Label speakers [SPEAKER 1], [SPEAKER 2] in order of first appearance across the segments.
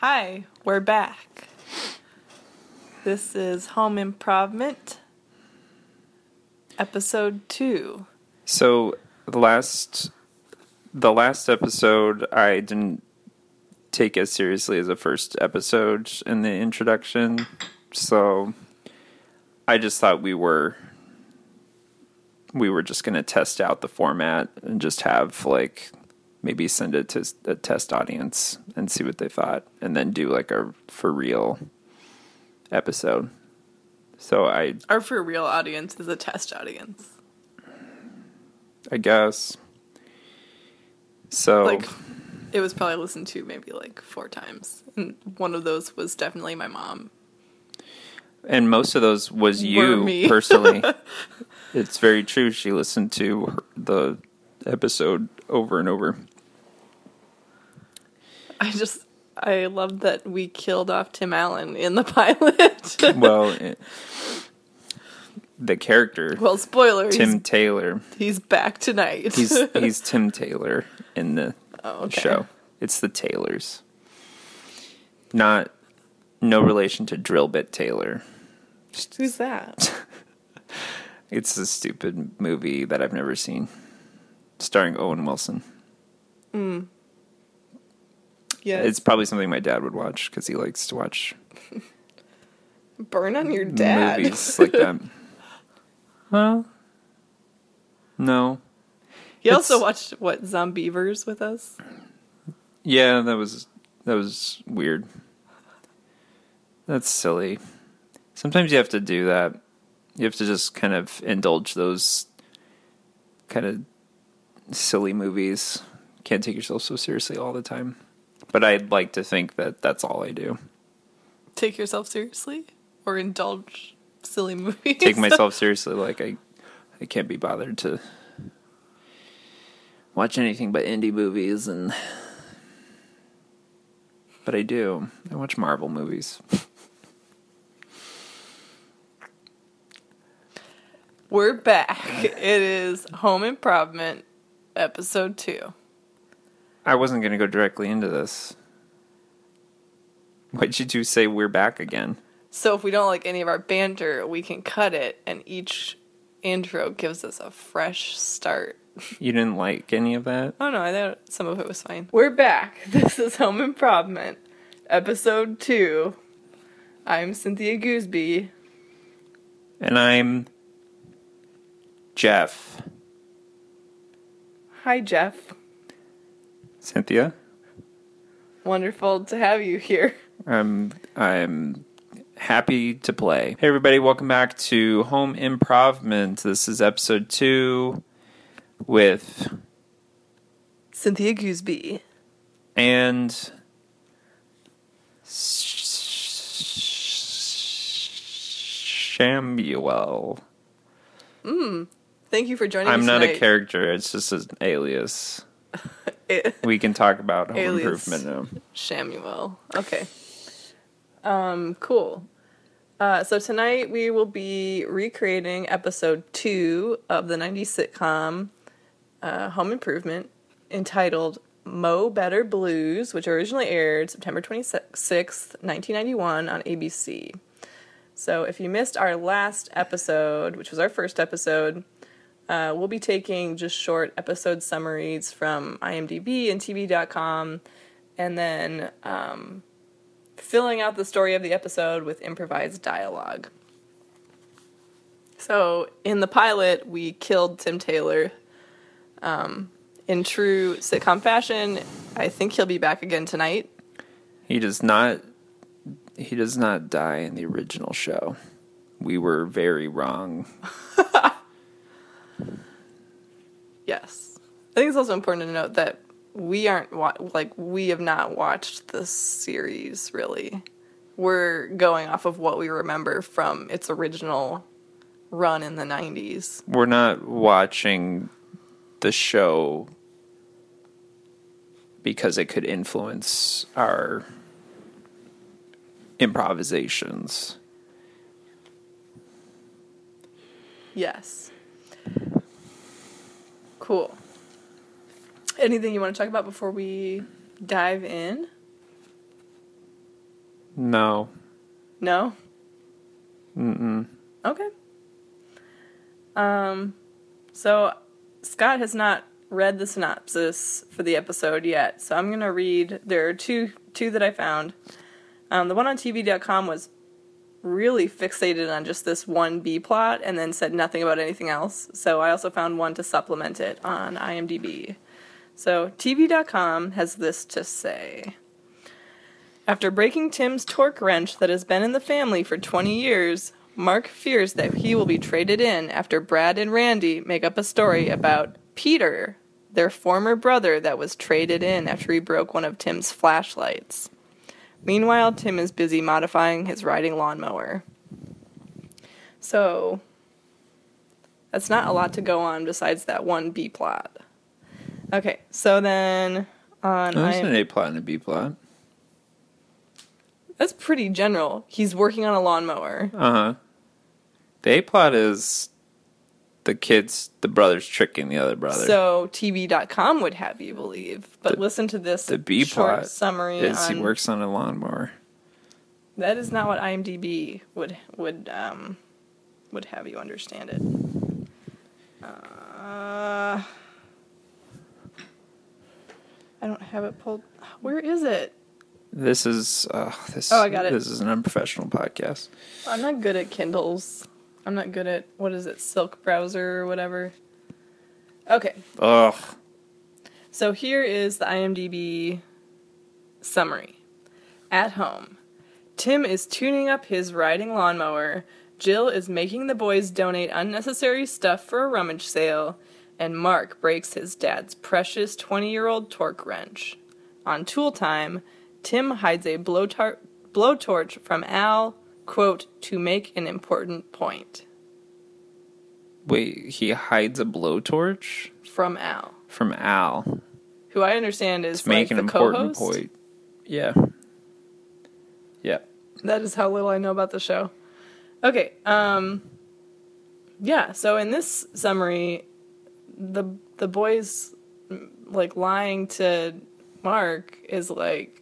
[SPEAKER 1] Hi, we're back. This is Home Improvement, episode two.
[SPEAKER 2] So the last the last episode I didn't take as seriously as the first episode in the introduction. So I just thought we were we were just going to test out the format and just have like maybe send it to a test audience and see what they thought and then do like a for real episode. So I
[SPEAKER 1] Our for real audience is a test audience.
[SPEAKER 2] I guess. So
[SPEAKER 1] Like, it was probably listened to maybe like four times. And one of those was definitely my mom.
[SPEAKER 2] and most of those was
[SPEAKER 1] Were
[SPEAKER 2] you
[SPEAKER 1] me.
[SPEAKER 2] personally. it's very true. She listened to her, the episode over and over.
[SPEAKER 1] I just, I love that we killed off Tim Allen in the pilot.
[SPEAKER 2] Well, it, the character
[SPEAKER 1] well, spoiler,
[SPEAKER 2] Tim
[SPEAKER 1] he's,
[SPEAKER 2] Taylor.
[SPEAKER 1] he's back tonight.
[SPEAKER 2] He's he's Tim Taylor in the
[SPEAKER 1] Oh, okay.
[SPEAKER 2] show. It's the Taylors. Not no relation to Drillbit Taylor.
[SPEAKER 1] Who's that?
[SPEAKER 2] It's a stupid movie that I've never seen, starring Owen Wilson.
[SPEAKER 1] Yeah,
[SPEAKER 2] It's probably something my dad would watch because he likes to watch
[SPEAKER 1] burn on your dad.
[SPEAKER 2] movies like that. Well, no,
[SPEAKER 1] He also
[SPEAKER 2] It's-
[SPEAKER 1] watched what Zombievers with us.
[SPEAKER 2] yeah, that was that was weird. That's silly. Sometimes you have to do that. You have to just kind of indulge those kind of silly movies. Can't take yourself so seriously all the time. But I'd like to think that that's all I do.
[SPEAKER 1] Take yourself seriously or indulge silly movies.
[SPEAKER 2] take myself seriously. Like I, I can't be bothered to watch anything but indie movies, and but I do. I watch Marvel movies.
[SPEAKER 1] We're back. It is Home Improvement, episode two.
[SPEAKER 2] I wasn't gonna go directly into this. Why'd you two say we're back again?
[SPEAKER 1] So if we don't like any of our banter, we can cut it, and each intro gives us a fresh start.
[SPEAKER 2] You didn't like any of that?
[SPEAKER 1] Oh no, I thought some of it was fine. We're back. This is Home Improvement, episode two. I'm Cynthia Gooseby.
[SPEAKER 2] And I'm Jeff.
[SPEAKER 1] Hi, Jeff.
[SPEAKER 2] Cynthia?
[SPEAKER 1] Wonderful to have you here.
[SPEAKER 2] I'm Um, I'm happy to play. Hey everybody, welcome back to Home Improvement. This is episode two with
[SPEAKER 1] Cynthia Gooseby.
[SPEAKER 2] and Shamuel.
[SPEAKER 1] Thank you for joining
[SPEAKER 2] I'm
[SPEAKER 1] us.
[SPEAKER 2] not a
[SPEAKER 1] tonight.
[SPEAKER 2] character. It's just an alias.
[SPEAKER 1] It-
[SPEAKER 2] We can talk about home
[SPEAKER 1] Alias.
[SPEAKER 2] improvement now.
[SPEAKER 1] Shamuel. Okay. Um, cool. Uh, so tonight we will be recreating episode two of the 90s sitcom uh, Home Improvement entitled Mo Better Blues, which originally aired September 26th, 1991 on ABC. So if you missed our last episode, which was our first episode, uh, we'll be taking just short episode summaries from IMDb and TV.com and then um, filling out the story of the episode with improvised dialogue. So, in the pilot, we killed Tim Taylor. Um, in true sitcom fashion, I think he'll be back again tonight.
[SPEAKER 2] He does not he does not die in the original show. We were very wrong.
[SPEAKER 1] Yes. I think it's also important to note that we aren't wa- like we have not watched this series really. We're going off of what we remember from its original run in the 90s.
[SPEAKER 2] we're not watching the show because it could influence our improvisations.
[SPEAKER 1] Yes. Cool. Anything you want to talk about before we dive in?
[SPEAKER 2] No.
[SPEAKER 1] No?
[SPEAKER 2] Mm-mm.
[SPEAKER 1] Okay. Um, so Scott has not read the synopsis for the episode yet, so I'm gonna read. There are two two that I found. Um, the one on TV.com was really fixated on just this one B plot and then said nothing about anything else. So I also found one to supplement it on IMDb. So TV.com has this to say. After breaking Tim's torque wrench that has been in the family for 20 years, Mark fears that he will be traded in after Brad and Randy make up a story about Peter, their former brother that was traded in after he broke one of Tim's flashlights. Meanwhile, Tim is busy modifying his riding lawnmower. So, that's not a lot to go on besides that one B plot. Okay, so then on.
[SPEAKER 2] No, there's
[SPEAKER 1] IM-
[SPEAKER 2] an A plot and a B plot.
[SPEAKER 1] That's pretty general. He's working on a lawnmower.
[SPEAKER 2] Uh huh. The A plot is the kids, the brothers tricking the other brother.
[SPEAKER 1] So TV.com would have you believe. But
[SPEAKER 2] The-
[SPEAKER 1] listen to this
[SPEAKER 2] the B
[SPEAKER 1] short
[SPEAKER 2] plot
[SPEAKER 1] summary.
[SPEAKER 2] is
[SPEAKER 1] on,
[SPEAKER 2] he works on a lawnmower.
[SPEAKER 1] That is not what IMDb would would um would have you understand it. Uh, I don't have it pulled. Where is it?
[SPEAKER 2] This is uh, this.
[SPEAKER 1] Oh, I got it.
[SPEAKER 2] This is an unprofessional podcast.
[SPEAKER 1] I'm not good at Kindles. I'm not good at what is it, Silk browser or whatever. Okay,
[SPEAKER 2] Ugh.
[SPEAKER 1] So here is the IMDb summary. At home, Tim is tuning up his riding lawnmower, Jill is making the boys donate unnecessary stuff for a rummage sale, and Mark breaks his dad's precious 20 year old torque wrench. On tool time, Tim hides a blowtar- blowtorch from Al, quote, to make an important point.
[SPEAKER 2] Wait, he hides a blowtorch
[SPEAKER 1] From Al,
[SPEAKER 2] from Al
[SPEAKER 1] who I understand is
[SPEAKER 2] to
[SPEAKER 1] like
[SPEAKER 2] make an
[SPEAKER 1] the
[SPEAKER 2] important
[SPEAKER 1] co-host.
[SPEAKER 2] point. Yeah. Yeah.
[SPEAKER 1] That is how little I know about the show. Okay, um yeah, so in this summary the the boys mm, like lying to Mark is like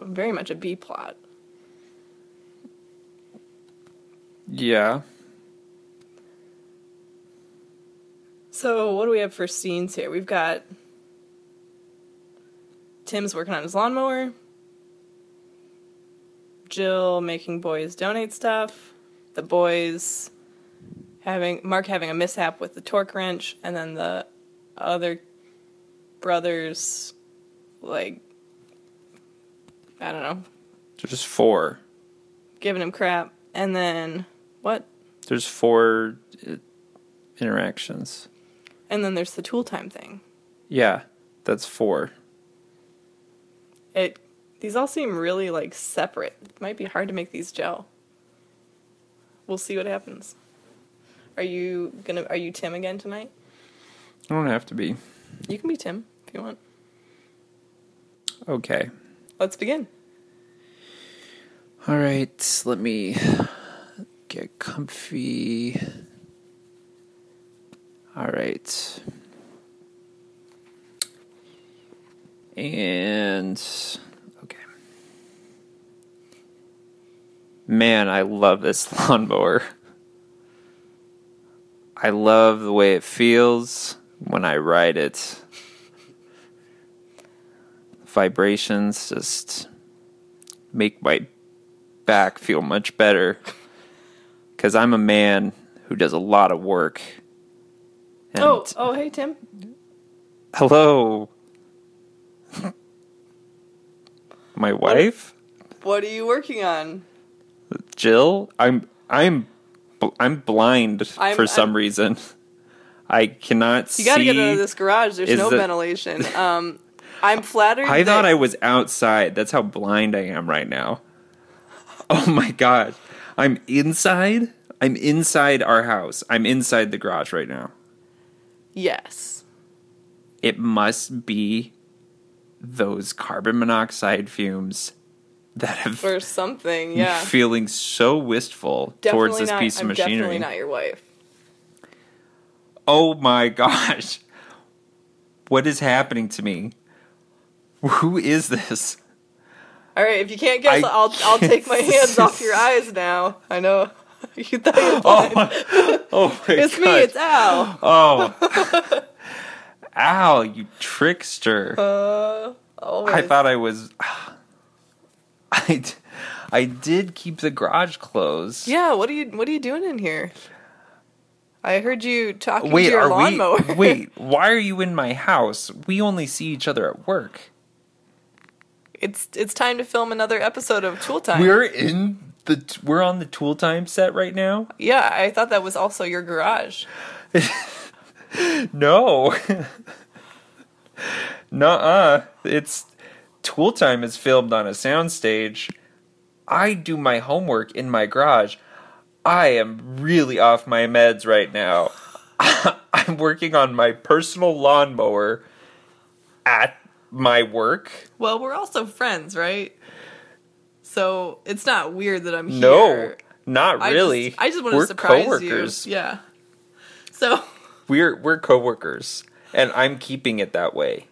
[SPEAKER 1] very much a B plot.
[SPEAKER 2] Yeah.
[SPEAKER 1] So, what do we have for scenes here? We've got Tim's working on his lawnmower. Jill making boys donate stuff. The boys having Mark having a mishap with the torque wrench, and then the other brothers, like I don't know,
[SPEAKER 2] There's four.
[SPEAKER 1] giving him crap. And then what?
[SPEAKER 2] There's four uh, interactions.
[SPEAKER 1] And then there's the tool time thing.
[SPEAKER 2] Yeah, that's four.
[SPEAKER 1] It these all seem really like separate. It might be hard to make these gel. We'll see what happens. Are you gonna are you Tim again tonight?
[SPEAKER 2] I don't have to be.
[SPEAKER 1] You can be Tim if you want.
[SPEAKER 2] Okay.
[SPEAKER 1] Let's begin.
[SPEAKER 2] All right, let me get comfy. All right. And okay. Man, I love this lawnmower. I love the way it feels when I ride it. Vibrations just make my back feel much better because I'm a man who does a lot of work. And
[SPEAKER 1] oh, oh hey Tim.
[SPEAKER 2] hello, my wife,
[SPEAKER 1] What are you working on?
[SPEAKER 2] Jill. I'm I'm bl- I'm blind
[SPEAKER 1] I'm-
[SPEAKER 2] for some
[SPEAKER 1] I'm-
[SPEAKER 2] reason. I cannot see.
[SPEAKER 1] You gotta get out of this garage. There's
[SPEAKER 2] is
[SPEAKER 1] no
[SPEAKER 2] the-
[SPEAKER 1] ventilation. Um I'm flattered.
[SPEAKER 2] I thought
[SPEAKER 1] that-
[SPEAKER 2] I was outside. That's how blind I am right now. Oh my god. I'm inside. I'm inside our house. I'm inside the garage right now.
[SPEAKER 1] Yes.
[SPEAKER 2] It must be those carbon monoxide fumes that have
[SPEAKER 1] Or something, yeah.
[SPEAKER 2] me feeling so wistful
[SPEAKER 1] Definitely
[SPEAKER 2] towards this
[SPEAKER 1] not,
[SPEAKER 2] piece of
[SPEAKER 1] I'm
[SPEAKER 2] machinery.
[SPEAKER 1] Definitely not your wife.
[SPEAKER 2] Oh my gosh. What is happening to me? Who is this?
[SPEAKER 1] All right, if you can't guess,
[SPEAKER 2] I
[SPEAKER 1] I, will I'll take my hands off your eyes now. I know. you thought you
[SPEAKER 2] Oh, my- oh my
[SPEAKER 1] It's
[SPEAKER 2] god.
[SPEAKER 1] me, it's Al.
[SPEAKER 2] oh. Ow, you trickster.
[SPEAKER 1] Uh, always.
[SPEAKER 2] I thought I was. I, d- I did keep the garage closed.
[SPEAKER 1] Yeah, what are you what are you doing in here? I heard you talking to
[SPEAKER 2] Wait,
[SPEAKER 1] your
[SPEAKER 2] are
[SPEAKER 1] lawnmower.
[SPEAKER 2] we? Wait, why are you in my house? We only see each other at work.
[SPEAKER 1] it's it's time to film another episode of Tool Time.
[SPEAKER 2] We're in the. t- We're on the tool time set right now.
[SPEAKER 1] yeah, I thought that was also your garage.
[SPEAKER 2] No. Nuh-uh. It's Tool Time is filmed on a soundstage. I do my homework in my garage. I am really off my meds right now. I'm working on my personal lawnmower at my work.
[SPEAKER 1] Well, we're also friends, right? So it's not weird that I'm
[SPEAKER 2] No,
[SPEAKER 1] here.
[SPEAKER 2] not
[SPEAKER 1] I
[SPEAKER 2] really.
[SPEAKER 1] just, I just want
[SPEAKER 2] We're
[SPEAKER 1] to surprise
[SPEAKER 2] coworkers.
[SPEAKER 1] you. Yeah. So
[SPEAKER 2] We're we're coworkers, and I'm keeping it that way.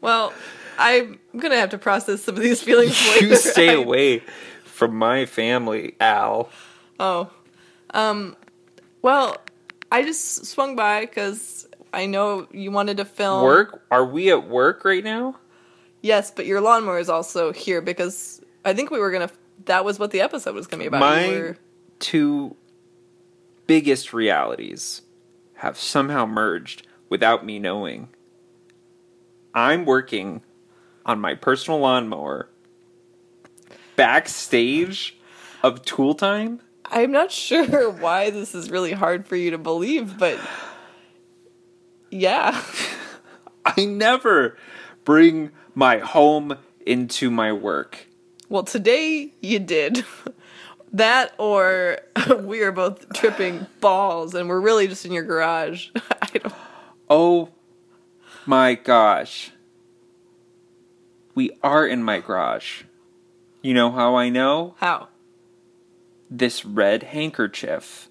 [SPEAKER 1] well, I'm gonna have to process some of these feelings later.
[SPEAKER 2] You stay
[SPEAKER 1] I-
[SPEAKER 2] away from my family, Al.
[SPEAKER 1] Oh. Um, well, I just swung by because I know you wanted to film.
[SPEAKER 2] Work? Are we at work right now?
[SPEAKER 1] Yes, but your lawnmower is also here because I think we were going to. That was what the episode was going to be about.
[SPEAKER 2] My
[SPEAKER 1] We were-
[SPEAKER 2] two biggest realities have somehow merged without me knowing. I'm working on my personal lawnmower backstage of tool time.
[SPEAKER 1] I'm not sure why this is really hard for you to believe, but. Yeah.
[SPEAKER 2] I never bring my home into my work.
[SPEAKER 1] Well, today you did. That or we are both tripping balls and we're really just in your garage. I don't.
[SPEAKER 2] Oh my gosh. We are in my garage. You know how I know?
[SPEAKER 1] How?
[SPEAKER 2] This red handkerchief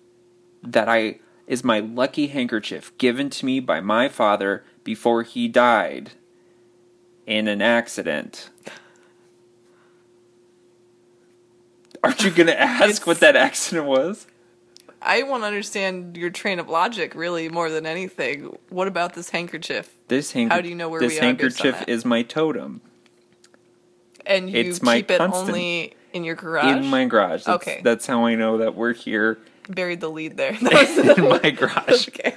[SPEAKER 2] that I is my lucky handkerchief given to me by my father before he died in an accident. Aren't you going to ask what that accident was?
[SPEAKER 1] I want to understand your train of logic really more than anything. What about this handkerchief?
[SPEAKER 2] This handker-
[SPEAKER 1] do you know where
[SPEAKER 2] this
[SPEAKER 1] we are based on
[SPEAKER 2] handkerchief
[SPEAKER 1] that?
[SPEAKER 2] is my totem
[SPEAKER 1] And you
[SPEAKER 2] It's
[SPEAKER 1] keep
[SPEAKER 2] my
[SPEAKER 1] it
[SPEAKER 2] constant.
[SPEAKER 1] only in your garage?
[SPEAKER 2] in my garage. That's,
[SPEAKER 1] Okay.
[SPEAKER 2] that's how I know that we're here
[SPEAKER 1] Buried the lead there. That was
[SPEAKER 2] in my garage.
[SPEAKER 1] okay.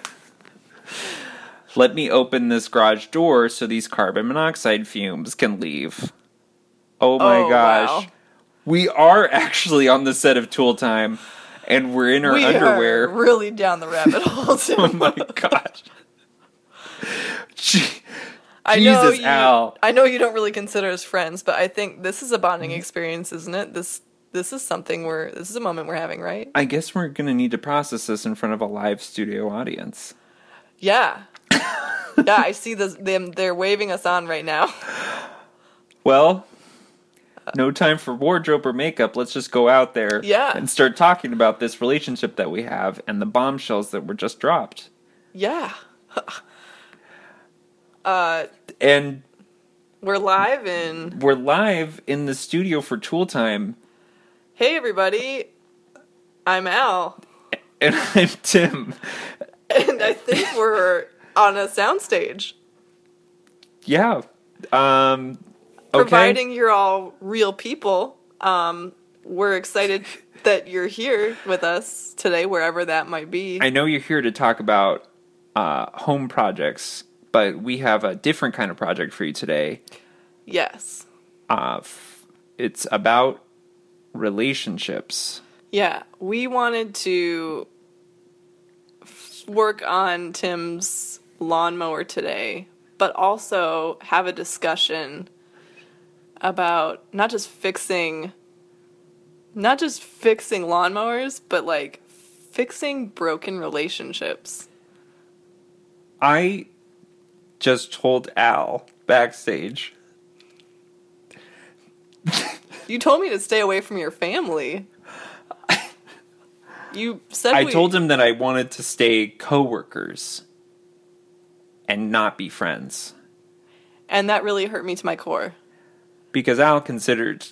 [SPEAKER 2] Let me open this garage door so these carbon monoxide fumes can leave. Oh my
[SPEAKER 1] Oh,
[SPEAKER 2] gosh.
[SPEAKER 1] wow.
[SPEAKER 2] We are actually on the set of Tool Time and we're in our
[SPEAKER 1] We
[SPEAKER 2] underwear.
[SPEAKER 1] are really down the rabbit hole. Too.
[SPEAKER 2] Oh my gosh. Gee-
[SPEAKER 1] I know
[SPEAKER 2] Jesus,
[SPEAKER 1] you,
[SPEAKER 2] Al. Mm-hmm.
[SPEAKER 1] I know you don't really consider us friends, but I think this is a bonding experience, isn't it? This this is something we're this is a moment we're having, right?
[SPEAKER 2] I guess we're going to need to process this in front of a live studio audience.
[SPEAKER 1] Yeah. yeah, I see this, them. They're waving us on right now.
[SPEAKER 2] Well, no time for wardrobe or makeup. Let's just go out there
[SPEAKER 1] Yeah.
[SPEAKER 2] and start talking about this relationship that we have and the bombshells that were just dropped.
[SPEAKER 1] Yeah. uh,
[SPEAKER 2] And
[SPEAKER 1] we're live in.
[SPEAKER 2] we're live in the studio for Tool Time,
[SPEAKER 1] Hey, everybody. I'm Al,
[SPEAKER 2] and I'm Tim.
[SPEAKER 1] and I think we're on a soundstage.
[SPEAKER 2] Yeah. Um, okay.
[SPEAKER 1] providing you're all real people um we're excited that you're here with us today wherever that might be
[SPEAKER 2] I know you're here to talk about uh, home projects, but we have a different kind of project for you today.
[SPEAKER 1] yes
[SPEAKER 2] Uh, f- it's about relationships.
[SPEAKER 1] yeah we wanted to f- work on tim's lawnmower today but also have a discussion about not just fixing not just fixing lawnmowers but like fixing broken relationships
[SPEAKER 2] I just told Al backstage.
[SPEAKER 1] You told me to stay away from your family. You said
[SPEAKER 2] I
[SPEAKER 1] we,
[SPEAKER 2] told him that I wanted to stay coworkers and not be friends.
[SPEAKER 1] and that really hurt me to my core.
[SPEAKER 2] because Al considered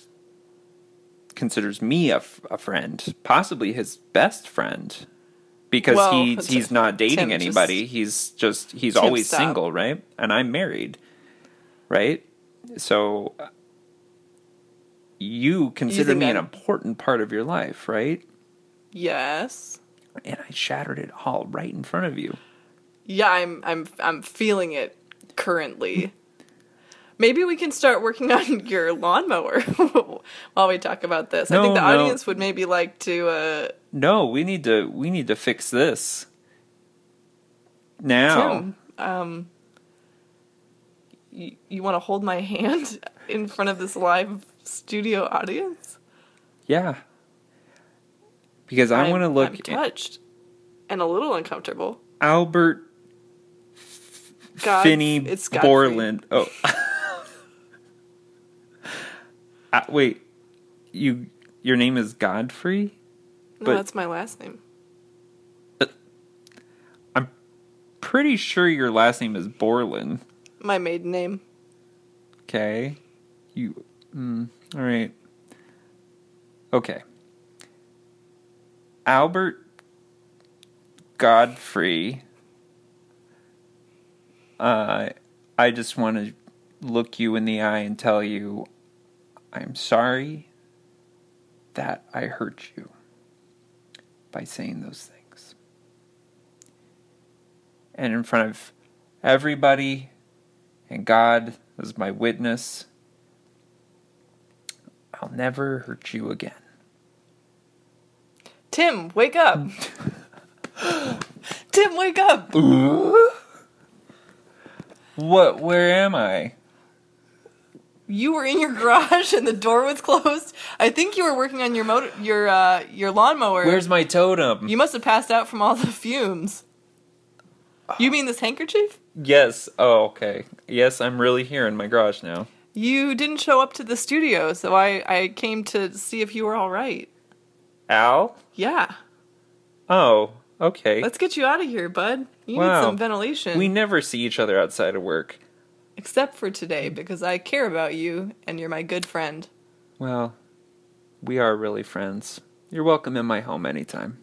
[SPEAKER 2] considers me a, f- a friend, possibly his best friend, because
[SPEAKER 1] Well,
[SPEAKER 2] he
[SPEAKER 1] it's-
[SPEAKER 2] he's not
[SPEAKER 1] Tim
[SPEAKER 2] dating
[SPEAKER 1] just-
[SPEAKER 2] anybody. he's just he's
[SPEAKER 1] Tim,
[SPEAKER 2] always
[SPEAKER 1] stop.
[SPEAKER 2] single, right? And I'm married, right? So uh, you consider
[SPEAKER 1] think
[SPEAKER 2] me an
[SPEAKER 1] I'm-
[SPEAKER 2] important part of your life, right?
[SPEAKER 1] Yes.
[SPEAKER 2] And I shattered it all right in front of you.
[SPEAKER 1] Yeah, I'm I'm I'm feeling it currently. Maybe we can start working on your lawnmower while we talk about this. I think the
[SPEAKER 2] No, no.
[SPEAKER 1] audience would maybe like to uh
[SPEAKER 2] No, we need to we need to fix this. Now.
[SPEAKER 1] Tim, um you, you want to hold my hand in front of this live studio audience?
[SPEAKER 2] Yeah. Because I
[SPEAKER 1] I'm-
[SPEAKER 2] want to
[SPEAKER 1] I'm
[SPEAKER 2] look at
[SPEAKER 1] touched and a little uncomfortable.
[SPEAKER 2] Albert
[SPEAKER 1] God,
[SPEAKER 2] Finney
[SPEAKER 1] Godfrey.
[SPEAKER 2] Borland. Oh. Uh, wait. You your name is Godfrey?
[SPEAKER 1] No,
[SPEAKER 2] but-
[SPEAKER 1] that's my last name.
[SPEAKER 2] Pretty sure your last name is Borland.
[SPEAKER 1] My maiden name.
[SPEAKER 2] Okay. You mm, All right. Okay. Albert Godfrey. Uh, I just want to look you in the eye and tell you I'm sorry that I hurt you by saying those things. And in front of everybody and God as my witness, I'll never hurt you again.
[SPEAKER 1] Tim, wake up. Tim, wake up.
[SPEAKER 2] What? Where am I?
[SPEAKER 1] You were in your garage and the door was closed. I think you were working on your motor, your uh, your lawnmower.
[SPEAKER 2] Where's my totem?
[SPEAKER 1] you must have passed out from all the fumes. You mean this handkerchief?
[SPEAKER 2] yes. Oh, okay. Yes, I'm really here in my garage now.
[SPEAKER 1] You didn't show up to the studio, so I, I came to see if you were all right.
[SPEAKER 2] Al?
[SPEAKER 1] Yeah.
[SPEAKER 2] Oh, okay.
[SPEAKER 1] Let's get you out of here, bud. You
[SPEAKER 2] Wow.
[SPEAKER 1] need some ventilation.
[SPEAKER 2] we never see each other outside of work.
[SPEAKER 1] Except for today, because I care about you and you're my good friend.
[SPEAKER 2] Well, we are really friends. You're welcome in my home anytime.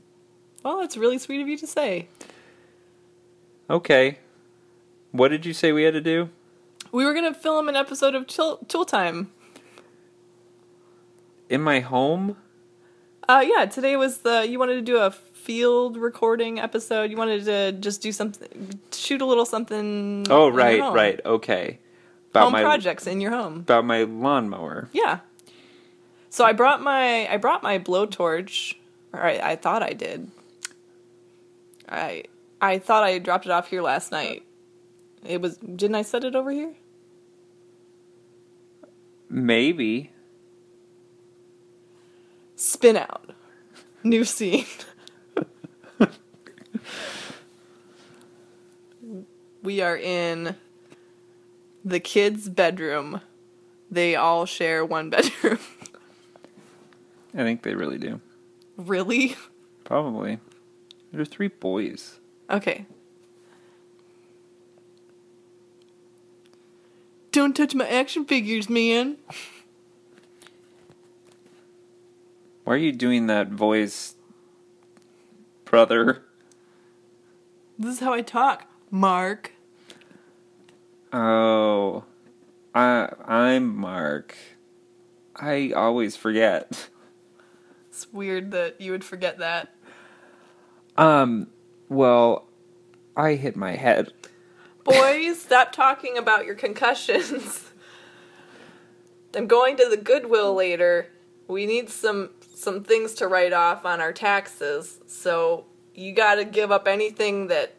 [SPEAKER 1] Well, that's really sweet of you to say.
[SPEAKER 2] Okay. What did you say we had to do?
[SPEAKER 1] We were gonna film an episode of Tool, Tool Time.
[SPEAKER 2] In my home?
[SPEAKER 1] Uh, yeah, today was the you wanted to do a field recording episode. You wanted to just do something, shoot a little something.
[SPEAKER 2] Oh,
[SPEAKER 1] in your
[SPEAKER 2] right,
[SPEAKER 1] home.
[SPEAKER 2] right. Okay. About
[SPEAKER 1] Home
[SPEAKER 2] my
[SPEAKER 1] projects in your home.
[SPEAKER 2] about my lawnmower.
[SPEAKER 1] Yeah. So I brought my I brought my blowtorch, or I, I thought I did. I I thought I dropped it off here last night. It was didn't I set it over here?
[SPEAKER 2] Maybe.
[SPEAKER 1] Spin out. New scene. we are in the kids' bedroom. They all share one bedroom.
[SPEAKER 2] I think they really do.
[SPEAKER 1] really?
[SPEAKER 2] Probably. There are three boys.
[SPEAKER 1] Okay. Don't touch my action figures, man.
[SPEAKER 2] Why are you doing that voice, brother?
[SPEAKER 1] This is how I talk, Mark.
[SPEAKER 2] Oh, I I'm Mark. I always forget.
[SPEAKER 1] It's weird that you would forget that.
[SPEAKER 2] Um, well, I hit my head.
[SPEAKER 1] Boys, stop talking about your concussions. I'm going to the Goodwill later. We need some some things to write off on our taxes. So you got to give up anything that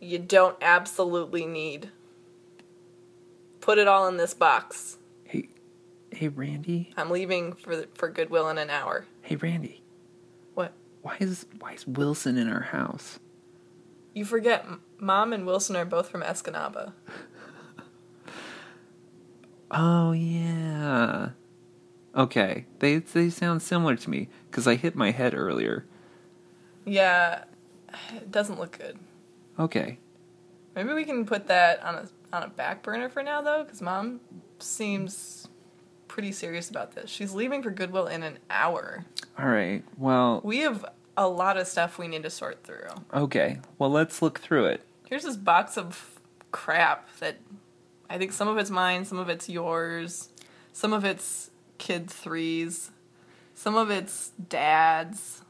[SPEAKER 1] you don't absolutely need. Put it all in this box.
[SPEAKER 2] Hey, hey, Randy.
[SPEAKER 1] I'm leaving for the, for Goodwill in an hour.
[SPEAKER 2] Hey, Randy.
[SPEAKER 1] What?
[SPEAKER 2] Why is why is Wilson in our house?
[SPEAKER 1] You forget M- Mom and Wilson are both from Escanaba.
[SPEAKER 2] Oh yeah. Okay, they they sound similar to me because I hit my head earlier.
[SPEAKER 1] Yeah, it doesn't look good.
[SPEAKER 2] Okay,
[SPEAKER 1] Maybe we can put that on a on a back burner for now, though, because mom seems pretty serious about this. She's leaving for Goodwill in an hour.
[SPEAKER 2] All right. Well,
[SPEAKER 1] We have a lot of stuff we need to sort through.
[SPEAKER 2] okay. Well, let's look through it.
[SPEAKER 1] Here's this box of crap that I think some of it's mine, some of it's yours, some of it's kid threes, some of it's dad's.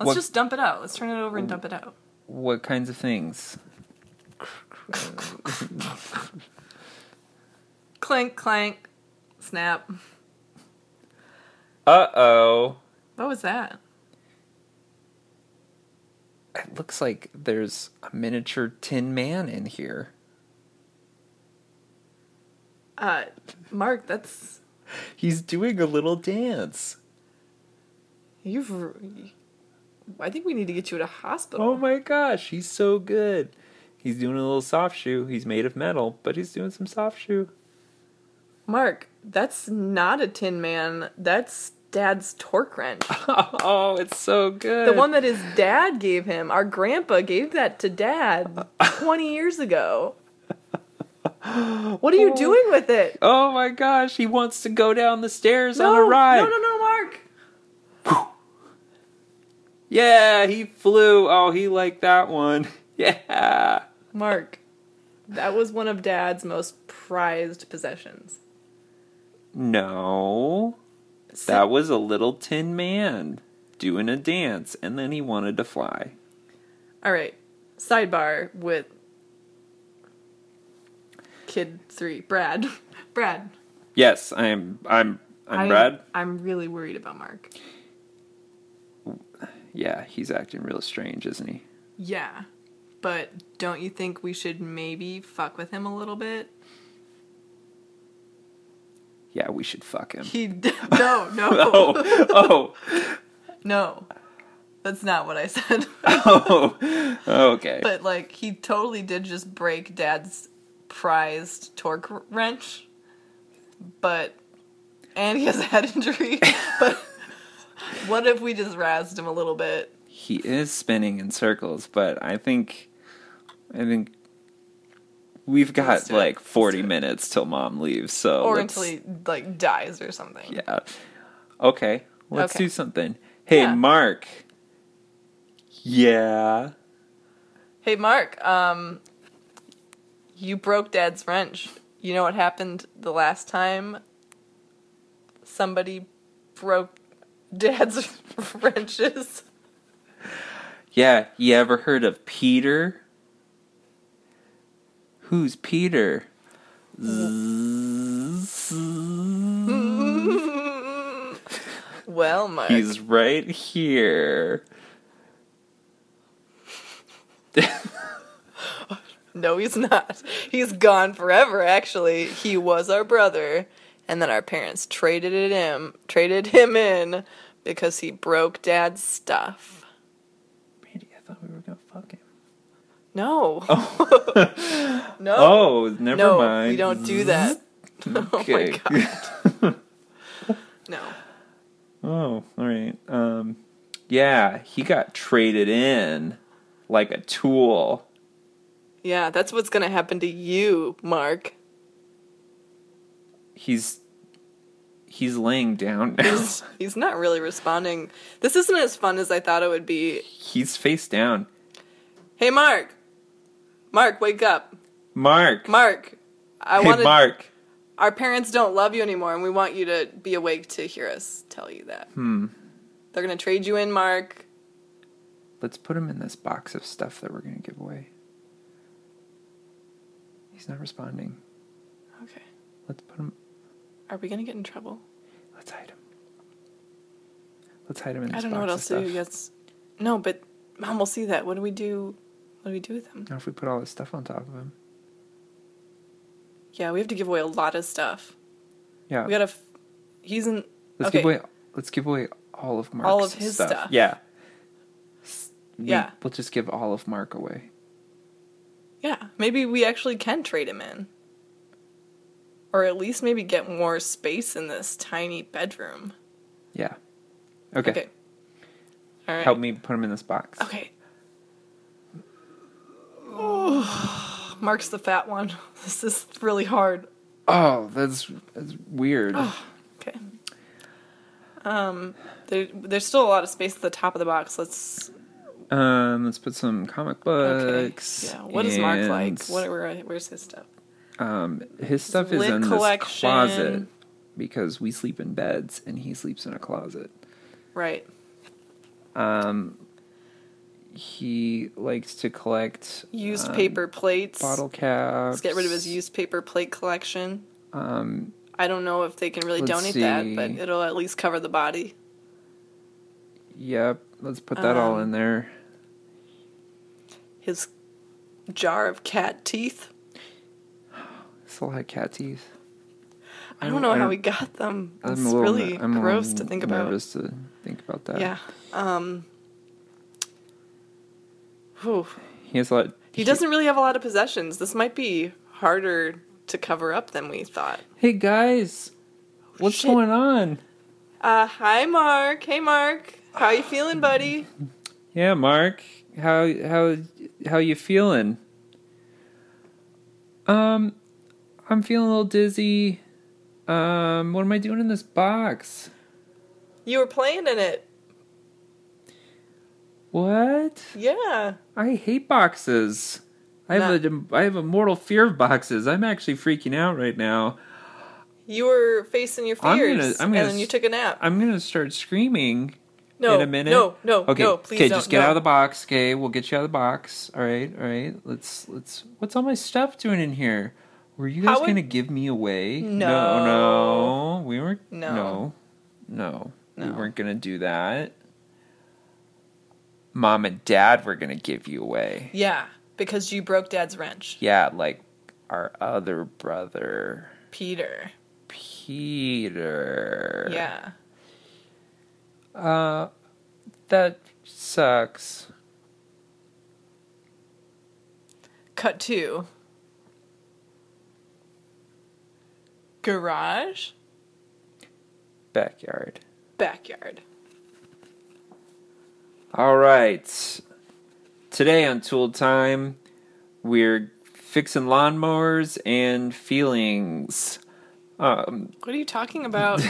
[SPEAKER 1] Let's
[SPEAKER 2] What-
[SPEAKER 1] just dump it out. Let's turn it over and dump it out.
[SPEAKER 2] What kinds of things?
[SPEAKER 1] Clank, clank, snap.
[SPEAKER 2] Uh oh.
[SPEAKER 1] What was that?
[SPEAKER 2] It looks like there's a miniature Tin Man in here.
[SPEAKER 1] Uh, Mark, that's
[SPEAKER 2] He's doing a little dance.
[SPEAKER 1] you've. I think we need to get you to hospital.
[SPEAKER 2] Oh my gosh, he's so good. He's doing a little soft shoe. He's made of metal, but he's doing some soft shoe.
[SPEAKER 1] Mark, that's not a Tin Man. That's Dad's torque wrench.
[SPEAKER 2] Oh, it's so good.
[SPEAKER 1] The one that his dad gave him. Our grandpa gave that to Dad 20 years ago. What are you doing with it?
[SPEAKER 2] Oh my gosh, he wants to go down the stairs on a
[SPEAKER 1] no,
[SPEAKER 2] ride.
[SPEAKER 1] no, no, no, Mark.
[SPEAKER 2] Yeah, he flew. Oh, he liked that one. Yeah.
[SPEAKER 1] Mark, that was one of Dad's most prized possessions.
[SPEAKER 2] No. That was a little tin man doing a dance, and then he wanted to fly.
[SPEAKER 1] All right. Sidebar with kid three, Brad. Brad.
[SPEAKER 2] Yes, I'm I'm I'm
[SPEAKER 1] I-
[SPEAKER 2] Brad.
[SPEAKER 1] I'm really worried about Mark.
[SPEAKER 2] Yeah, he's acting real strange, isn't he?
[SPEAKER 1] Yeah. But don't you think we should maybe fuck with him a little bit?
[SPEAKER 2] Yeah, we should fuck him.
[SPEAKER 1] He d- no, no,
[SPEAKER 2] Oh, oh,
[SPEAKER 1] no. That's not what I said.
[SPEAKER 2] oh, okay.
[SPEAKER 1] but like he totally did just break dad's prized torque wrench. But and he has a head injury. but what if we just razzed him a little bit?
[SPEAKER 2] He is spinning in circles, but I think, I think we've
[SPEAKER 1] Let's
[SPEAKER 2] got
[SPEAKER 1] do it.
[SPEAKER 2] like
[SPEAKER 1] Let's
[SPEAKER 2] forty
[SPEAKER 1] do it.
[SPEAKER 2] minutes till mom leaves. So
[SPEAKER 1] Or
[SPEAKER 2] let's-
[SPEAKER 1] until he like dies or something.
[SPEAKER 2] yeah. Okay, let's
[SPEAKER 1] Okay.
[SPEAKER 2] do something. Hey,
[SPEAKER 1] Yeah.
[SPEAKER 2] Mark. Yeah.
[SPEAKER 1] Hey Mark, um you broke dad's wrench. You know what happened the last time somebody broke dad's wrenches?
[SPEAKER 2] Yeah, you ever heard of Peter? Who's Peter?
[SPEAKER 1] Well, Mark.
[SPEAKER 2] He's right here.
[SPEAKER 1] no, he's not. He's gone forever actually. He was our brother and then our parents traded it him, traded him in because he broke dad's stuff.
[SPEAKER 2] Randy, I thought we were gonna fuck him.
[SPEAKER 1] No. no.
[SPEAKER 2] Oh, never
[SPEAKER 1] no,
[SPEAKER 2] mind. Mm-hmm.
[SPEAKER 1] we don't do that.
[SPEAKER 2] Okay.
[SPEAKER 1] Oh my god. No.
[SPEAKER 2] Oh, all right. Um, yeah, he got traded in like a tool.
[SPEAKER 1] Yeah, that's what's gonna happen to you, Mark.
[SPEAKER 2] He's he's laying down now.
[SPEAKER 1] He's not really responding. This isn't as fun as I thought it would be.
[SPEAKER 2] he's face down.
[SPEAKER 1] Hey, Mark. Mark, wake up.
[SPEAKER 2] Mark.
[SPEAKER 1] Mark, I
[SPEAKER 2] hey,
[SPEAKER 1] wanted.
[SPEAKER 2] Mark.
[SPEAKER 1] Our parents don't love you anymore, and we want you to be awake to hear us tell you that. Hmm. They're gonna trade you in, Mark.
[SPEAKER 2] Let's put him in this box of stuff that we're gonna give away. He's not responding.
[SPEAKER 1] Okay.
[SPEAKER 2] Let's put him.
[SPEAKER 1] Are we gonna get in trouble?
[SPEAKER 2] Let's hide him. Let's hide him in this
[SPEAKER 1] I don't know what else
[SPEAKER 2] box
[SPEAKER 1] to
[SPEAKER 2] of
[SPEAKER 1] do.
[SPEAKER 2] stuff.
[SPEAKER 1] Yes. No, but mom will see that. What do we do? What do we do with him?
[SPEAKER 2] Now, if we put all this stuff on top of him,
[SPEAKER 1] Yeah, we have to give away a lot of stuff.
[SPEAKER 2] yeah.
[SPEAKER 1] We gotta. F- he's in.
[SPEAKER 2] Let's
[SPEAKER 1] okay.
[SPEAKER 2] give away. Let's give away all of Mark's
[SPEAKER 1] All of his stuff.
[SPEAKER 2] Yeah. S- we-
[SPEAKER 1] Yeah.
[SPEAKER 2] We'll just give all of Mark away.
[SPEAKER 1] Yeah, maybe we actually can trade him in. Or at least maybe get more space in this tiny bedroom.
[SPEAKER 2] Yeah. Okay.
[SPEAKER 1] Okay. All right.
[SPEAKER 2] Help me put him in this box.
[SPEAKER 1] Okay. Mark's the fat one. This is really hard.
[SPEAKER 2] Oh, that's that's weird.
[SPEAKER 1] Okay. Um, there, there's still a lot of space at the top of the box. Let's.
[SPEAKER 2] Um, let's put some comic
[SPEAKER 1] Okay.
[SPEAKER 2] books.
[SPEAKER 1] Yeah. What is Mark
[SPEAKER 2] and,
[SPEAKER 1] like? What, where, where's his stuff?
[SPEAKER 2] Um, his stuff is
[SPEAKER 1] lit
[SPEAKER 2] in this
[SPEAKER 1] collection.
[SPEAKER 2] closet because we sleep in beds and he sleeps in a closet.
[SPEAKER 1] Right.
[SPEAKER 2] He likes to collect
[SPEAKER 1] Used
[SPEAKER 2] um,
[SPEAKER 1] paper plates.
[SPEAKER 2] bottle caps.
[SPEAKER 1] Let's get rid of his used paper plate collection.
[SPEAKER 2] Um,
[SPEAKER 1] I don't know if they can really
[SPEAKER 2] Let's
[SPEAKER 1] donate that, but
[SPEAKER 2] see.
[SPEAKER 1] it'll at least cover the body.
[SPEAKER 2] yep. Let's put that
[SPEAKER 1] Um,
[SPEAKER 2] all in there.
[SPEAKER 1] His jar of cat teeth.
[SPEAKER 2] Still had cat teeth.
[SPEAKER 1] I
[SPEAKER 2] I'm-
[SPEAKER 1] don't know how
[SPEAKER 2] I'm-
[SPEAKER 1] he got them.
[SPEAKER 2] I'm
[SPEAKER 1] It's
[SPEAKER 2] a little.
[SPEAKER 1] really
[SPEAKER 2] ner- I'm a little
[SPEAKER 1] gross to think about.
[SPEAKER 2] Nervous to think about that.
[SPEAKER 1] Yeah. Um. whew.
[SPEAKER 2] He has a lot.
[SPEAKER 1] He doesn't really have a lot of possessions. This might be harder to cover up than we thought.
[SPEAKER 2] Hey guys, what's
[SPEAKER 1] Oh, Shit.
[SPEAKER 2] going on?
[SPEAKER 1] Uh, hi, Mark. Hey, Mark. How you feeling, buddy?
[SPEAKER 2] Yeah, Mark, how how how you feeling? Um, I'm feeling a little dizzy. Um, what am I doing in this box?
[SPEAKER 1] You were playing in it.
[SPEAKER 2] What?
[SPEAKER 1] Yeah.
[SPEAKER 2] I hate boxes. I have a I have a mortal fear of boxes. I'm actually freaking out right now.
[SPEAKER 1] You were facing your
[SPEAKER 2] I'm gonna-
[SPEAKER 1] fears,
[SPEAKER 2] I'm gonna
[SPEAKER 1] and then you
[SPEAKER 2] s-
[SPEAKER 1] took a nap.
[SPEAKER 2] I'm gonna start screaming
[SPEAKER 1] no,
[SPEAKER 2] in a minute.
[SPEAKER 1] no, no,
[SPEAKER 2] okay,
[SPEAKER 1] no. Please
[SPEAKER 2] okay,
[SPEAKER 1] don't.
[SPEAKER 2] just get
[SPEAKER 1] no.
[SPEAKER 2] out of the box. Okay, we'll get you out of the box. All right, all right. Let's let's. What's all my stuff doing in here? Were you guys
[SPEAKER 1] How would-
[SPEAKER 2] gonna give me away?
[SPEAKER 1] No.
[SPEAKER 2] no, no. We weren't.
[SPEAKER 1] No.
[SPEAKER 2] no, no. We
[SPEAKER 1] No.
[SPEAKER 2] weren't gonna do that. Mom and Dad were gonna give you away.
[SPEAKER 1] Yeah, because you broke Dad's wrench,
[SPEAKER 2] Yeah, like our other brother,
[SPEAKER 1] Peter.
[SPEAKER 2] Peter.
[SPEAKER 1] Yeah.
[SPEAKER 2] Uh, that sucks.
[SPEAKER 1] Cut two. Garage,
[SPEAKER 2] Backyard.
[SPEAKER 1] backyard.
[SPEAKER 2] All right. Today on Tool Time, we're fixing lawnmowers and feelings. Um,
[SPEAKER 1] What are you talking about?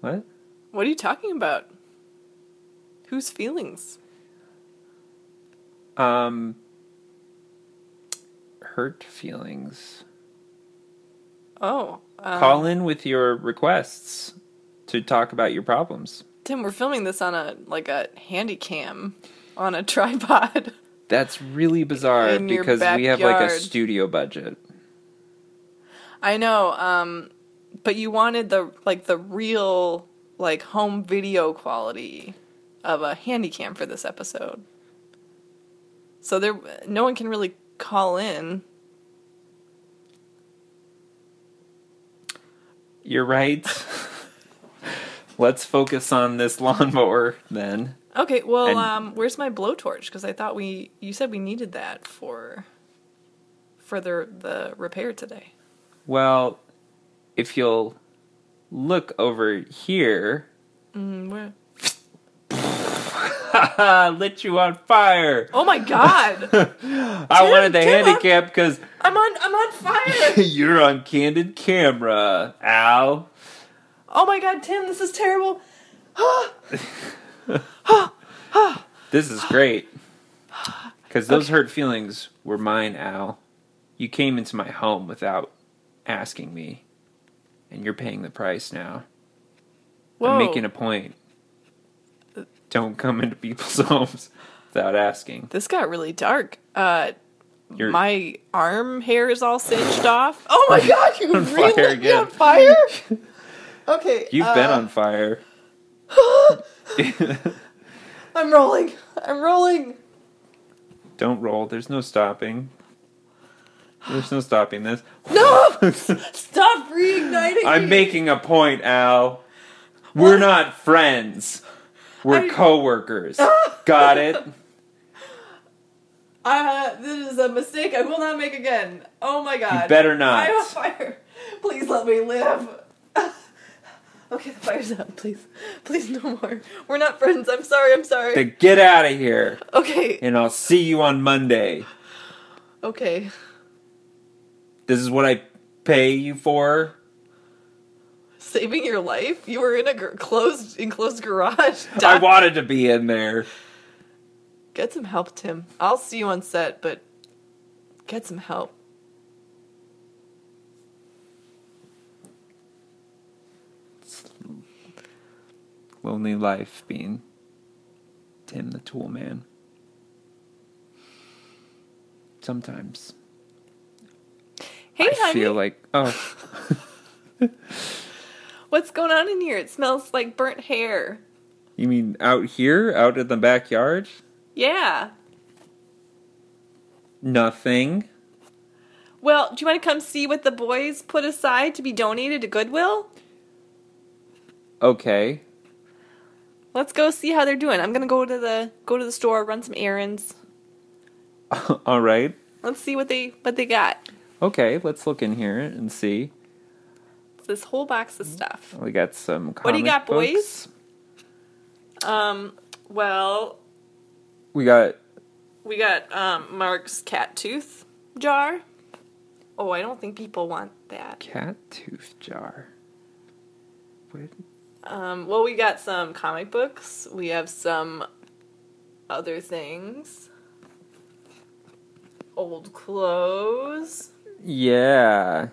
[SPEAKER 2] what?
[SPEAKER 1] What are you talking about? Whose feelings?
[SPEAKER 2] Um, hurt feelings.
[SPEAKER 1] Oh, uh,
[SPEAKER 2] Call in with your requests to talk about your problems.
[SPEAKER 1] Tim, we're filming this on a like a handy cam on a tripod.
[SPEAKER 2] That's really bizarre
[SPEAKER 1] In your
[SPEAKER 2] because we have like a
[SPEAKER 1] backyard.
[SPEAKER 2] studio budget.
[SPEAKER 1] I know, um, but you wanted the like the real like home video quality of a handy cam for this episode. So there, no one can really call in.
[SPEAKER 2] You're right. Let's focus on this lawnmower then.
[SPEAKER 1] Okay, well,
[SPEAKER 2] And-
[SPEAKER 1] um, where's my blowtorch? Because I thought we you said we needed that for for the the repair today.
[SPEAKER 2] Well, if you'll look over here,
[SPEAKER 1] Mm, where?
[SPEAKER 2] lit you on fire.
[SPEAKER 1] Oh my god!
[SPEAKER 2] I wanted the
[SPEAKER 1] Tim,
[SPEAKER 2] handicap because
[SPEAKER 1] I'm on I'm on fire!
[SPEAKER 2] you're on candid camera, Al.
[SPEAKER 1] Oh my god, Tim, this is terrible.
[SPEAKER 2] This is great. Because those hurt feelings were mine, Al. You came into my home without asking me, and you're paying the price now.
[SPEAKER 1] Whoa.
[SPEAKER 2] I'm making a point. Don't come into people's homes without asking.
[SPEAKER 1] This got really dark. Uh
[SPEAKER 2] You're,
[SPEAKER 1] my arm hair is all singed off. Oh my god, you
[SPEAKER 2] On
[SPEAKER 1] really
[SPEAKER 2] fire
[SPEAKER 1] lit me
[SPEAKER 2] again.
[SPEAKER 1] on fire? Okay.
[SPEAKER 2] you've
[SPEAKER 1] uh,
[SPEAKER 2] been on fire.
[SPEAKER 1] I'm rolling. I'm rolling.
[SPEAKER 2] Don't roll. There's no stopping. There's no stopping this.
[SPEAKER 1] No! Stop reigniting
[SPEAKER 2] I'm
[SPEAKER 1] me.
[SPEAKER 2] making a point, Al. We're not friends. We're
[SPEAKER 1] I-
[SPEAKER 2] coworkers. Got it?
[SPEAKER 1] Uh, this is a mistake I will not make again. Oh my god.
[SPEAKER 2] better not.
[SPEAKER 1] I'm on fire. Please let me live. okay, the fire's out. Please. Please, no more. We're not friends. I'm sorry. I'm sorry.
[SPEAKER 2] Then get out of here,
[SPEAKER 1] okay.
[SPEAKER 2] and I'll see you on Monday.
[SPEAKER 1] Okay.
[SPEAKER 3] This is what I pay you for.
[SPEAKER 1] Saving your life? You were in a gr- closed enclosed garage.
[SPEAKER 3] I
[SPEAKER 1] Die.
[SPEAKER 3] wanted to be in there.
[SPEAKER 1] get some help, Tim. I'll see you on set, but get some help.
[SPEAKER 2] Lonely life being Tim the Tool Man. Sometimes
[SPEAKER 1] Hey,
[SPEAKER 2] I
[SPEAKER 1] honey.
[SPEAKER 2] feel like oh
[SPEAKER 1] What's going on in here? It smells like burnt hair.
[SPEAKER 2] you mean out here out in the backyard
[SPEAKER 1] Yeah.
[SPEAKER 2] nothing
[SPEAKER 1] Well, do you want to come see what the boys put aside to be donated to Goodwill?
[SPEAKER 2] okay
[SPEAKER 1] Let's go see how they're doing. I'm gonna go to the go to the store, run some errands.
[SPEAKER 2] all right
[SPEAKER 1] Let's see what they what they got.
[SPEAKER 2] okay let's look in here and see
[SPEAKER 1] It's this whole box of stuff.
[SPEAKER 2] we got some comic
[SPEAKER 1] What do you got, boys?
[SPEAKER 2] books.
[SPEAKER 1] Um, well,
[SPEAKER 2] we got
[SPEAKER 1] we got um Mark's cat tooth jar. Oh, I don't think people want that.
[SPEAKER 2] cat tooth jar what
[SPEAKER 1] Um, well, we got some comic books. We have some other things. Old clothes,
[SPEAKER 2] yeah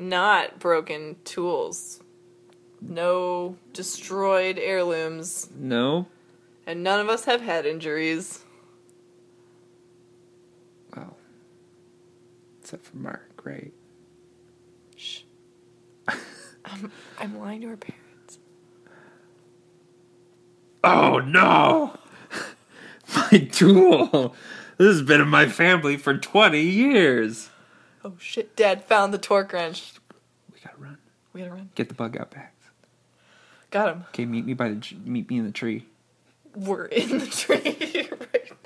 [SPEAKER 1] not broken tools. No destroyed heirlooms.
[SPEAKER 2] no
[SPEAKER 1] And none of us have head injuries.
[SPEAKER 2] well except for Mark right
[SPEAKER 1] Shh. I'm, I'm lying to our parents.
[SPEAKER 3] Oh no! My tool! This has been in my family for 20 years!
[SPEAKER 1] Oh shit, Dad found the torque wrench.
[SPEAKER 2] we gotta run
[SPEAKER 1] We gotta run.
[SPEAKER 2] get the bug out back
[SPEAKER 1] Got him.
[SPEAKER 2] okay meet me by the tr- meet me in the tree
[SPEAKER 1] We're in the tree right now.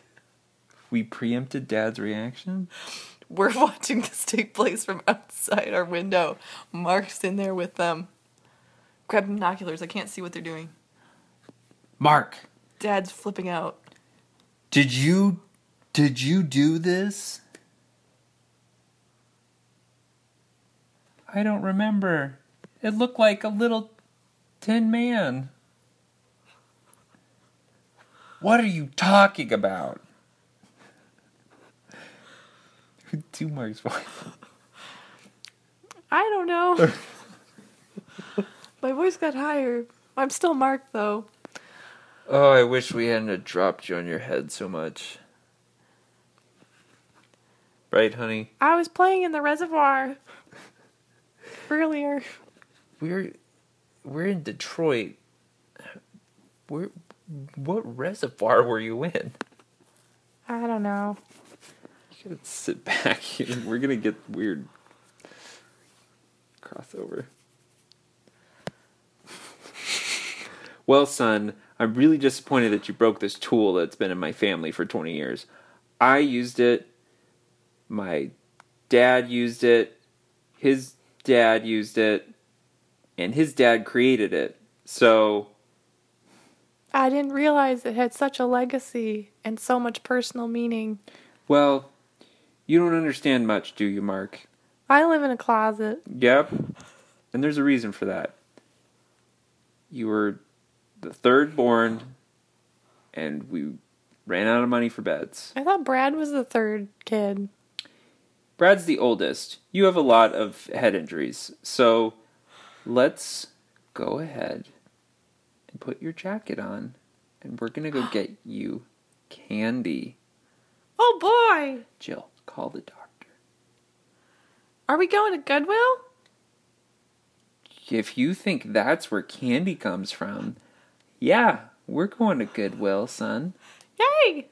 [SPEAKER 2] we preempted dad's reaction
[SPEAKER 1] We're watching this take place from outside our window. Mark's in there with them. Grab binoculars. I can't see what they're doing.
[SPEAKER 3] Mark,
[SPEAKER 1] Dad's flipping out.
[SPEAKER 3] did you. Did you do this?
[SPEAKER 2] I don't remember. It looked like a little tin man.
[SPEAKER 3] What are you talking about?
[SPEAKER 2] Two marks.
[SPEAKER 1] I don't know. My voice got higher. I'm still Mark though.
[SPEAKER 2] Oh, I wish we hadn't have dropped you on your head so much. Right, honey?
[SPEAKER 1] I was playing in the reservoir earlier.
[SPEAKER 2] We're we're in Detroit. Where what reservoir were you in?
[SPEAKER 1] I don't know.
[SPEAKER 2] You gotta sit back here. We're gonna get weird crossover. well, son, I'm really disappointed that you broke this tool that's been in my family for 20 years. I used it. My dad used it. His dad used it. And his dad created it. So,
[SPEAKER 1] I didn't realize it had such a legacy and so much personal meaning.
[SPEAKER 2] well, you don't understand much, do you, Mark?
[SPEAKER 1] I live in a closet.
[SPEAKER 2] Yep. And there's a reason for that. You were the third born, and we ran out of money for beds.
[SPEAKER 1] I thought Brad was the third kid.
[SPEAKER 2] Brad's the oldest. You have a lot of head injuries. So let's go ahead and put your jacket on, and we're going to go get you candy.
[SPEAKER 1] Oh boy!
[SPEAKER 2] Jill, call the doctor.
[SPEAKER 1] Are we going to Goodwill?
[SPEAKER 2] If you think that's where candy comes from, yeah, we're going to Goodwill, son.
[SPEAKER 1] Yay!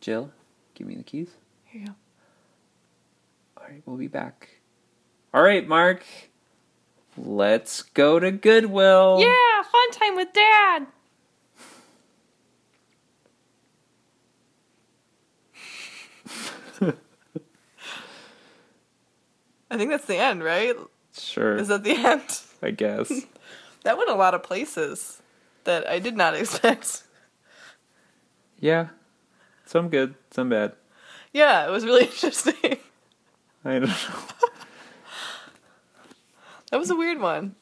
[SPEAKER 2] Jill, give me the keys.
[SPEAKER 1] Here you go.
[SPEAKER 2] All right, we'll be back. All right, Mark. Let's go to Goodwill.
[SPEAKER 1] Yeah, fun time with Dad! I think that's the end, right?
[SPEAKER 2] Sure.
[SPEAKER 1] Is that the end?
[SPEAKER 2] I guess.
[SPEAKER 1] That went a lot of places that I did not expect.
[SPEAKER 2] yeah. Some good, some bad.
[SPEAKER 1] Yeah, it was really interesting.
[SPEAKER 2] I don't know.
[SPEAKER 1] That was a weird one.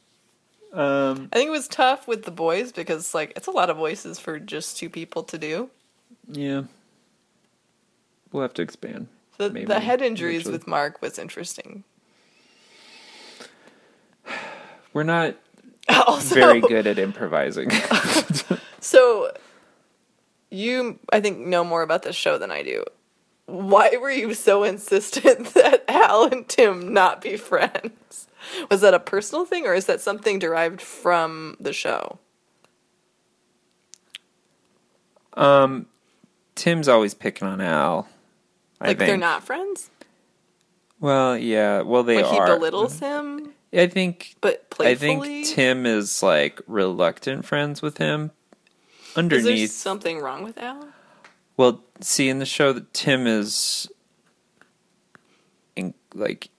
[SPEAKER 2] Um,
[SPEAKER 1] I think it was tough with the boys because like it's a lot of voices for just two people to do.
[SPEAKER 2] yeah. We'll have to expand.
[SPEAKER 1] The,
[SPEAKER 2] Maybe
[SPEAKER 1] the head injuries
[SPEAKER 2] eventually.
[SPEAKER 1] with Mark was interesting.
[SPEAKER 2] We're not
[SPEAKER 1] Also,
[SPEAKER 2] very good at improvising.
[SPEAKER 1] So you, I think, know more about this show than I do. Why were you so insistent that Al and Tim not be friends? Was that a personal thing, or is that something derived from the show?
[SPEAKER 2] um, Tim's always picking on Al. I
[SPEAKER 1] Like
[SPEAKER 2] think.
[SPEAKER 1] they're not friends.
[SPEAKER 2] Well, yeah. Well, they
[SPEAKER 1] like
[SPEAKER 2] are.
[SPEAKER 1] he belittles him,
[SPEAKER 2] I think
[SPEAKER 1] but playfully.
[SPEAKER 2] I think Tim is like reluctant friends with him.
[SPEAKER 1] is
[SPEAKER 2] Underneath,
[SPEAKER 1] there something wrong with Al?
[SPEAKER 2] well, see in the show that Tim is in, like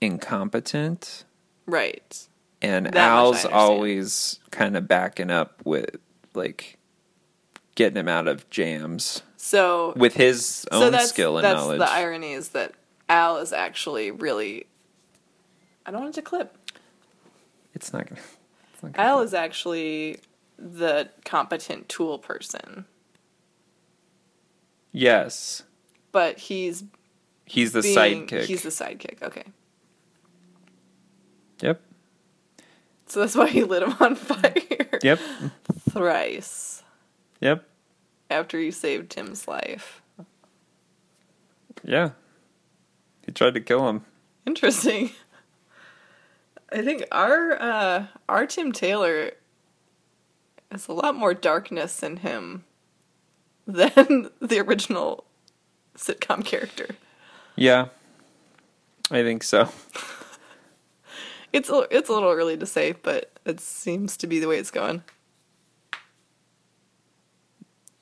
[SPEAKER 2] incompetent,
[SPEAKER 1] Right.
[SPEAKER 2] and
[SPEAKER 1] That much I
[SPEAKER 2] Al's
[SPEAKER 1] understand.
[SPEAKER 2] always kind of backing up with like getting him out of jams
[SPEAKER 1] So
[SPEAKER 2] with his
[SPEAKER 1] so
[SPEAKER 2] own
[SPEAKER 1] that's,
[SPEAKER 2] skill and
[SPEAKER 1] that's
[SPEAKER 2] knowledge.
[SPEAKER 1] the irony is that Al is actually really. I don't want it to clip.
[SPEAKER 2] It's not gonna. It's not gonna
[SPEAKER 1] Al is actually the competent tool person,
[SPEAKER 2] yes,
[SPEAKER 1] but he's
[SPEAKER 2] he's the
[SPEAKER 1] being,
[SPEAKER 2] sidekick.
[SPEAKER 1] He's the sidekick. Okay,
[SPEAKER 2] yep,
[SPEAKER 1] so that's why he lit him on fire
[SPEAKER 2] yep,
[SPEAKER 1] thrice
[SPEAKER 2] yep,
[SPEAKER 1] after you saved Tim's life.
[SPEAKER 2] yeah. He tried to kill him.
[SPEAKER 1] Interesting. I think our uh, our Tim Taylor has a lot more darkness in him than the original sitcom character.
[SPEAKER 2] Yeah, I think so.
[SPEAKER 1] It's a, it's a little early to say, but it seems to be the way it's going.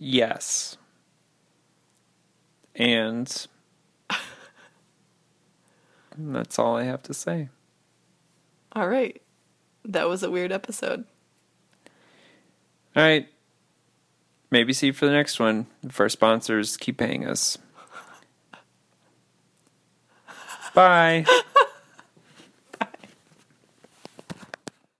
[SPEAKER 2] Yes. And that's all I have to say.
[SPEAKER 1] All right. That was a weird episode.
[SPEAKER 2] All right. Maybe see you for the next one. If our sponsors keep paying us. Bye.